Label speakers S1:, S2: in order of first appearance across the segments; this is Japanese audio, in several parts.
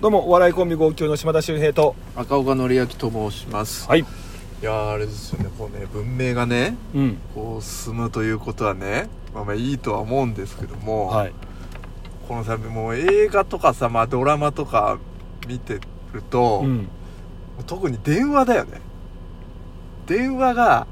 S1: どうもお笑いコンビ号泣の島田秀平と
S2: 赤岡典明と申します、
S1: はい
S2: い、やーあれですよねこうね文明がね
S1: うん
S2: こう進むということはねまあまあいいとは思うんですけども、
S1: はい
S2: このさもう映画とかさ、まあ、ドラマとか見てると、
S1: うん
S2: 特に電話だよね電話が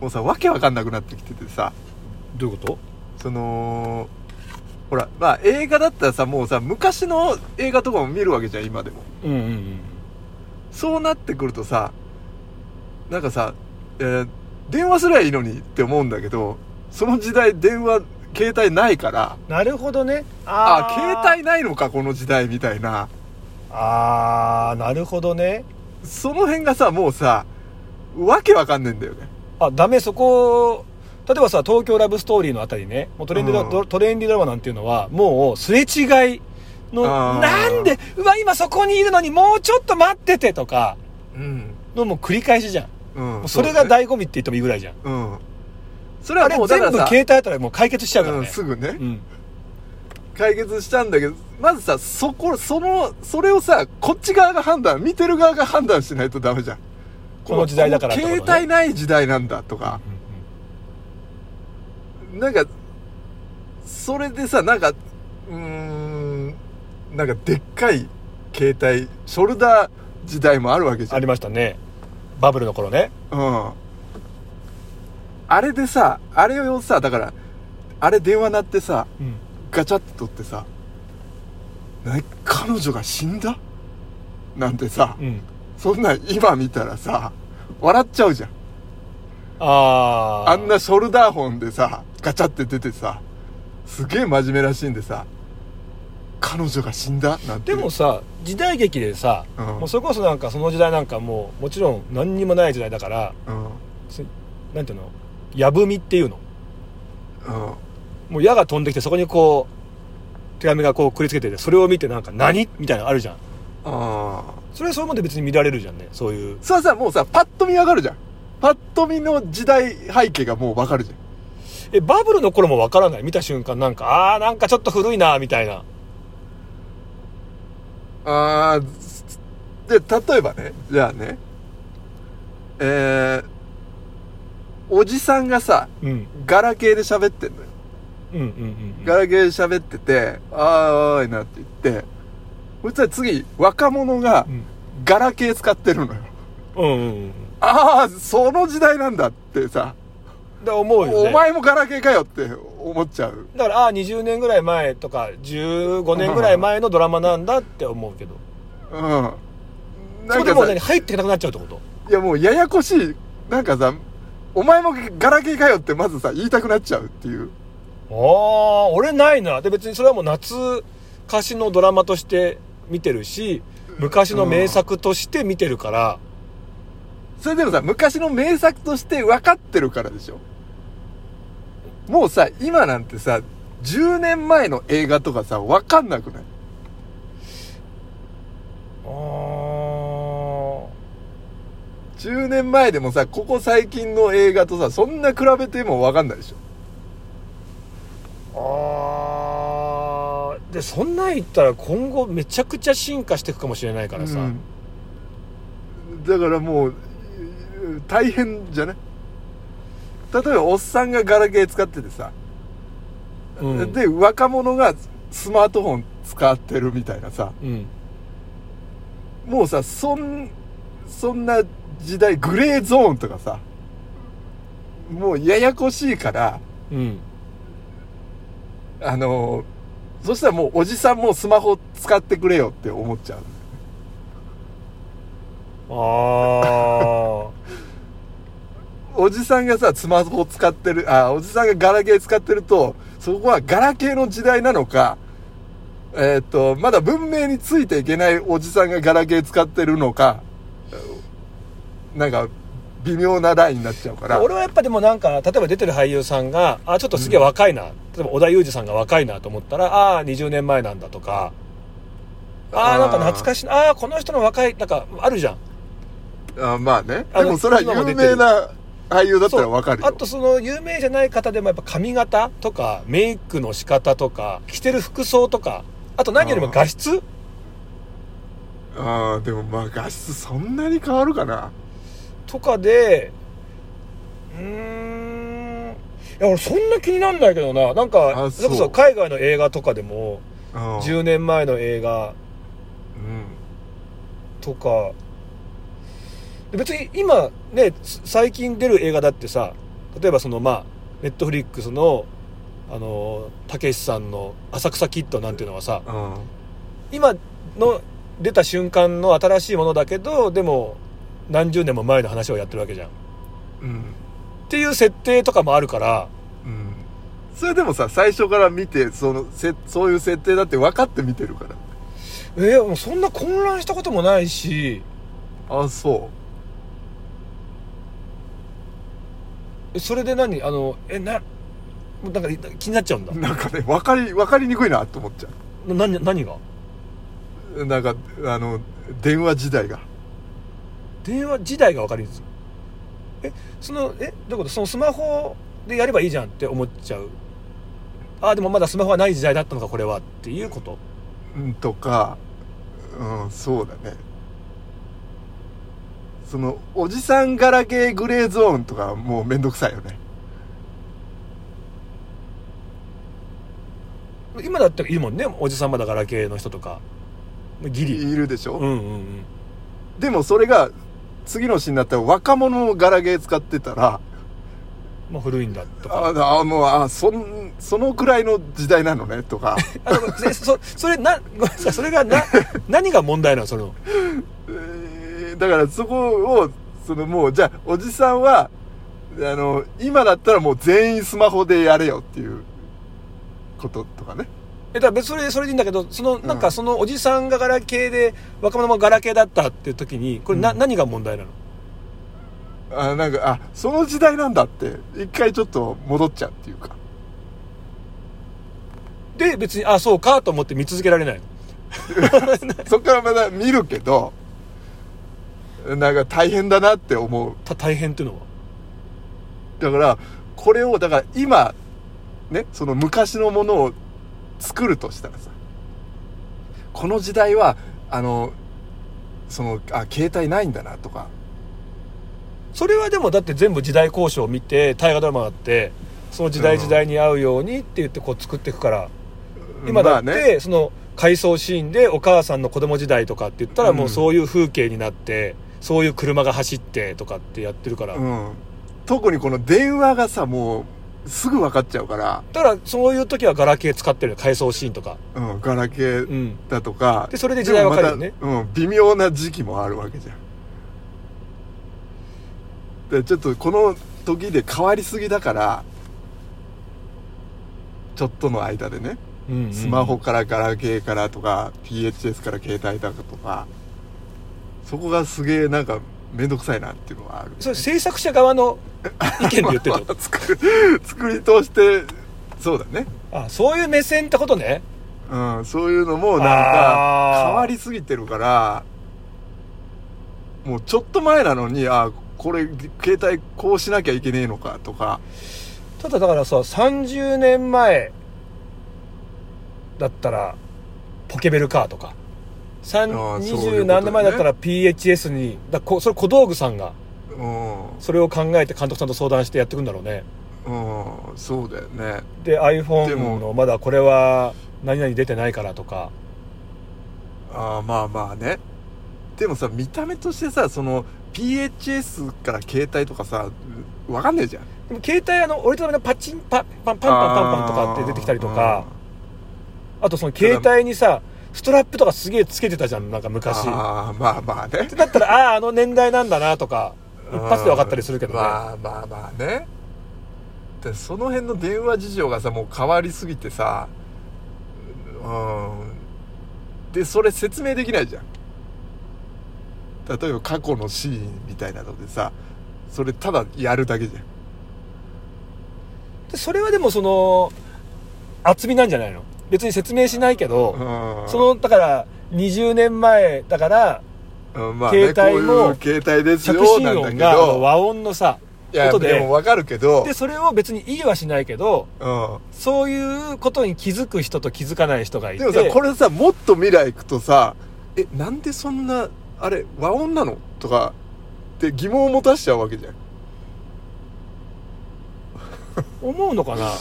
S2: もうさわけわかんなくなってきててさ
S1: どういうこと
S2: そのほらまあ映画だったらさもうさ昔の映画とかも見るわけじゃん今でも
S1: うんうんうん
S2: そうなってくるとさ、なんかさ、えー電話すりゃいいのにって思うんだけど、その時代電話、携帯ないから、
S1: なるほどね
S2: あ
S1: ー
S2: 携帯ないのか、この時代みたいな。
S1: ああなるほどね
S2: その辺がさ、もうさ、わけわかんねえんだよね。
S1: あダメそこ例えばさ東京ラブストーリーのあたりねもうトレンディドラ、
S2: うん
S1: トレンディドラマなんていうのはもうすれ違いの
S2: あー
S1: なんでうわ今そこにいるのにもうちょっと待っててとか
S2: うん。
S1: のもう繰り返しじゃん
S2: うん。
S1: それが
S2: だ
S1: 醍醐味って言ってもいいぐらいじゃん
S2: うん。それ
S1: あ
S2: は
S1: れ
S2: もうだ
S1: 全
S2: か
S1: 部
S2: らさ、
S1: 携帯あったらもう解決しちゃうから
S2: うん、
S1: ね
S2: すぐね
S1: う、ん
S2: 解決したんだけど、まずさ、そこ、その、それをさ、こっち側が判断、見てる側が判断しないとダメじゃん。
S1: この時代だからってことね
S2: 携帯ない時代なんだとか。なんか、それでさ、なんか、うーん、なんかでっかい携帯、ショルダー時代もあるわけじゃ
S1: あ
S2: ん。
S1: りましたねバブルの頃ね
S2: うん。あれでさ、あれをさ、だから、あれ電話鳴ってさ、
S1: うん
S2: ガチャって取ってさ、なに彼女が死んだなんてさ、
S1: うん
S2: そんなん今見たらさ、笑っちゃうじゃん。
S1: ああ
S2: あんなショルダーホンでさ、ガチャって出てさ、すげえ真面目らしいんでさ、彼女が死んだなんて。
S1: でも、さ時代劇でさ、
S2: うん
S1: もうそれこそなんかその時代なんかもうもちろん何にもない時代だから
S2: うん。うん。
S1: つなんていうのやぶみっていうのもう矢が飛んできてそこにこう手紙がこうくりつけててそれを見てなんか何みたいなのあるじゃん
S2: ああ。
S1: それはそういうもんで別に見られるじゃんねそういう
S2: それはさ、もうさ、パッと見わかるじゃん。パッと見の時代背景がもうわかるじ
S1: えバブルの頃もわからない見た瞬間なんかああーなんかちょっと古いなみたいな
S2: ゃん。ああ、で、例えばね、じゃあね、えー、おじさんがさ、
S1: うん
S2: ガラケーで喋ってんのよ。
S1: うんうんうん
S2: ガラケーで喋ってて、あーいなって言って、そしたら次、若者が
S1: うん
S2: ガラケー使ってるのよ。
S1: うんうんうん
S2: ああ、その時代なんだってさ、
S1: だ思うよ、ね、
S2: お前もガラケーかよって思っちゃう。
S1: だからああ20年ぐらい前とか15年ぐらい前のドラマなんだって思うけど
S2: うん。
S1: そ
S2: な
S1: こ
S2: ん
S1: で
S2: か
S1: もう
S2: さ、
S1: 何
S2: い
S1: 入っていかなくなっちゃうってこと
S2: やもうややこしい。なんかさ、お前もガラケーかよってまずさ、言いたくなっちゃうっていう。
S1: ああ俺ないなで別にそれはもう夏歌詞のドラマとして見てるし昔の名作として見てるから、
S2: それでもさ、昔の名作として分かってるからでしょもうさ、今なんてさ、10年前の映画とかさ、分かんなくない
S1: あ
S2: 10年前でもさここ最近の映画とさそんな比べても分かんないでしょ
S1: ああーでそんなん言ったら今後めちゃくちゃ進化していくかもしれないからさ、
S2: うんだからもううん大変じゃね例えばおっさんがガラケー使っててさ、
S1: うん
S2: で若者がスマートフォン使ってるみたいなさ
S1: うん
S2: もうさそんそんな時代グレーゾーンとかさもうややこしいから
S1: うん
S2: あのそしたらもうおじさんもスマホ使ってくれよって思っちゃう
S1: あ あ
S2: おじさんがさ、スマホ使ってる、あ、おじさんがガラケー使ってると、そこはガラケーの時代なのか、えーっと、まだ文明についていけないおじさんがガラケー使ってるのか、なんか、微妙なラインになっちゃうから。
S1: 俺はやっぱでもなんか例えば出てる俳優さんがあちょっとすげえ若いな、例えば織田裕二さんが若いなと思ったらああー20年前なんだとかあ
S2: あ
S1: あ
S2: ー
S1: なんか懐かしいなああーこの人の若いなんかあるじゃん
S2: あまあね。
S1: あ
S2: で
S1: の
S2: もそれは有名な俳優だったらわかるよ。
S1: そうあとその有名じゃない方でもやっぱ髪型とかメイクの仕方とか着てる服装とかあと何よりも画質
S2: ああでもまあ画質そんなに変わるかな
S1: とかでうーんいや俺そんな気になんないけどななんか
S2: あ
S1: それこ
S2: そ
S1: そう海外の映画とかでも
S2: うん
S1: 10年前の映画
S2: うん
S1: とかで別に今ねす最近出る映画だってさ例えばそのまあネットフリックスのあのたけしさんの「浅草キッド」なんていうのはさ
S2: うん
S1: 今の出た瞬間の新しいものだけどでも何十年も前の話をやってるわけじゃんっ
S2: うん
S1: ていう設定とかもあるから
S2: うんそれでもさ最初から見てそのせそういう設定だって分かって見てるから
S1: えーもうそんな混乱したこともないし
S2: あそ
S1: えそれで何あのえなもうなんか気になっちゃうんだ
S2: うなんかね分かり分かりにくいなと思っちゃ
S1: な何何が
S2: うなんかあの電話時代が
S1: 電話自体が分かりにくいえそのえどういうことそのスマホでやればいいじゃんって思っちゃうああでもまだスマホはない時代だったのかこれはっていうこと
S2: うんとかうんそうだねそのおじさんガラケーグレーゾーンとかもうめんどくさいよね
S1: 今だったらいいもんねおじさんまだガラケーの人とかギリ
S2: いるでしょ、
S1: うんうんうん
S2: でもそれが次の詩になったら若者のガラゲー使ってたら
S1: まあ古いんだとか
S2: ああもうあそんそのくらいの時代なのねとか
S1: あでもえそそれなごめんなさいそれが な何が問題なのそれの
S2: えーだからそこをそのもうじゃあおじさんはあの今だったらもう全員スマホでやれよっていうこととかね
S1: えだから別にそれそれでいいんだけどそのなんかそのおじさんがガラケーで若者もガラケーだったっていう時にこれな、
S2: うん
S1: 何が問題なの
S2: あなんかあその時代なんだって一回ちょっと戻っちゃうっていうか
S1: で別にあそうかと思って見続けられないの
S2: そっからまだ見るけどなんか大変だなって思う
S1: た大変っていうのは
S2: だからこれをだから今ねその昔のものを作るとしたらさこの時代はあのそのあ携帯ないんだなとか
S1: それはでもだって全部時代交渉を見て大河ドラマだってその時代時代に合うようにって言ってこう作っていくから、今だって、
S2: まあね
S1: その回想シーンでお母さんの子供時代とかって言ったらもうそういう風景になって、そういう車が走ってとかってやってるから、
S2: うん、特にこの電話がさもうすぐ分かっちゃうから、
S1: だからそういう時はガラケー使ってるよ回想シーンとか、
S2: うん、ガラケ
S1: う
S2: ー
S1: ん、
S2: だとか、
S1: でそれで時代分かるよね
S2: でもまたうん、微妙な時期もあるわけじゃんでちょっとこの時で変わりすぎだからちょっとの間でね
S1: うんうん
S2: スマホからガラケーからとか PHS から携帯だとかそこがすげえなんか面倒くさいなっていうのはある、
S1: それ制作者側の意見で言ってるってこ
S2: 作る作り通してそうだね
S1: とあそういう目線ってことね
S2: うん、そういうのもなん
S1: あ
S2: か
S1: ー
S2: 変わりすぎてるからもうちょっと前なのにあこれ携帯こうしなきゃいけねえのかとか
S1: ただだからさ30年前だったらポケベルカーとか
S2: あ
S1: 三
S2: ー
S1: 二
S2: そういうことだ
S1: 十
S2: よね
S1: 何年前だったら PHS にだこそれ小道具さんが
S2: うん、うん、
S1: それを考えて監督さんと相談してやっていくんだろうね
S2: そうだよね
S1: で
S2: で
S1: iPhone
S2: も
S1: のまだこれは何々出てないからとか
S2: あーまあまあねでもさ見た目としてさその PHS から携帯とかさわかんねえじゃん
S1: でも携帯あの折りたたみのパチンパパンパンパンパンパンとかって出てきたりとかあとその携帯にさストラップとかすげえつけてたじゃんなんか昔っ
S2: あーあーまあまあね
S1: てなったらああーあの年代なんだなとか一発で分かったりするけどね、
S2: まあまあまあねでその辺の電話事情がさもう変わりすぎてさうんでそれ説明できないじゃん例えば過去のシーンみたいなのでさそれただやるだけじゃん
S1: でそれはでもその厚みなんじゃないの別に説明しないけど、
S2: うん
S1: そのだから20年前だから
S2: うんまあね、
S1: 携帯も
S2: こういう携帯です
S1: 着
S2: よ
S1: 信
S2: なんだ
S1: 音
S2: け
S1: があの
S2: ど
S1: 和音のさ
S2: いや
S1: 音
S2: で
S1: で
S2: もわかるけど
S1: でそれを別にいいはしないけど
S2: う
S1: そういうことに気づく人と気づかない人がい
S2: ん、
S1: て
S2: でもさこれさもっと未来行くとさえなんでそんなあれ和音なのとかって疑問を持たしちゃうわけじゃん
S1: 思うのかな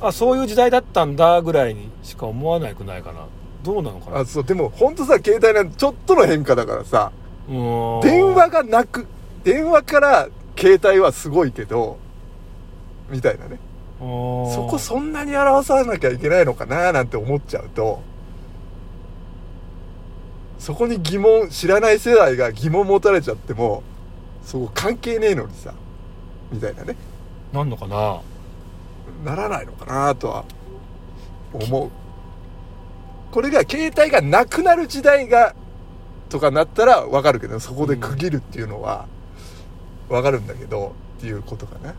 S1: あそういう時代だったんだぐらいにしか思わなくないかなどうなのかな
S2: あそうでも本当さ携帯なんてちょっとの変化だからさ
S1: うーん
S2: 電話がなく電話から携帯はすごいけどみたいなね
S1: うーん
S2: そこそんなに表さなきゃいけないのかななんて思っちゃうとそこに疑問知らない世代が疑問持たれちゃってもそこ関係ねえのにさみたいなね
S1: なんのかな
S2: ならないのかなとは思うこれが携帯がなくなる時代がとかなったらわかるけどそこで区切るっていうのはわかるんだけどっていうことかな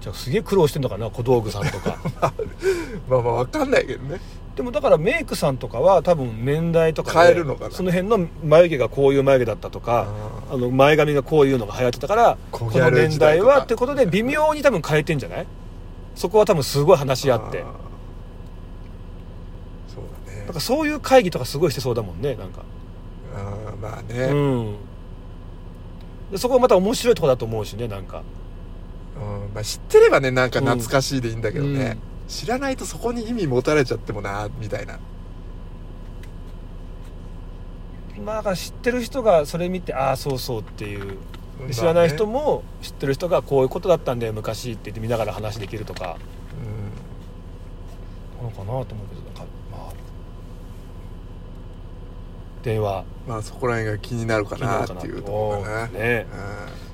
S1: じゃあすげえ苦労してんのかな小道具さんとか
S2: まあまあわかんないけどね
S1: でもだからメイクさんとかは多分年代とかで
S2: 変えるのかな
S1: その辺の眉毛がこういう眉毛だったとかあの前髪がこういうのが流行ってたから
S2: こ
S1: こ
S2: う
S1: の
S2: やる
S1: 年
S2: 時代
S1: 代
S2: とか
S1: はってことで微妙に多分変えてんじゃないそこは多分すごい話し合って
S2: あーそうだね
S1: なんかそういう会議とかすごいしてそうだもんねなんか
S2: あーまあね、
S1: う
S2: うん
S1: んでそこはまた面白いとこだと思うしねなんか
S2: まあ、知ってればねなんか懐かしいでいいんだけどね、
S1: うん
S2: 知らないとそこに意味持たれちゃってもなみたいな
S1: まあだから知ってる人がそれ見てああそうそうっていうで知らない人
S2: も、
S1: も知ってる人がこういうことだったんだよ昔って言って見ながら話できるとか
S2: うん
S1: なのかなと思うけどなんかまあ電話
S2: まあそこら辺が気になるかなっていうところかな。
S1: ね
S2: うん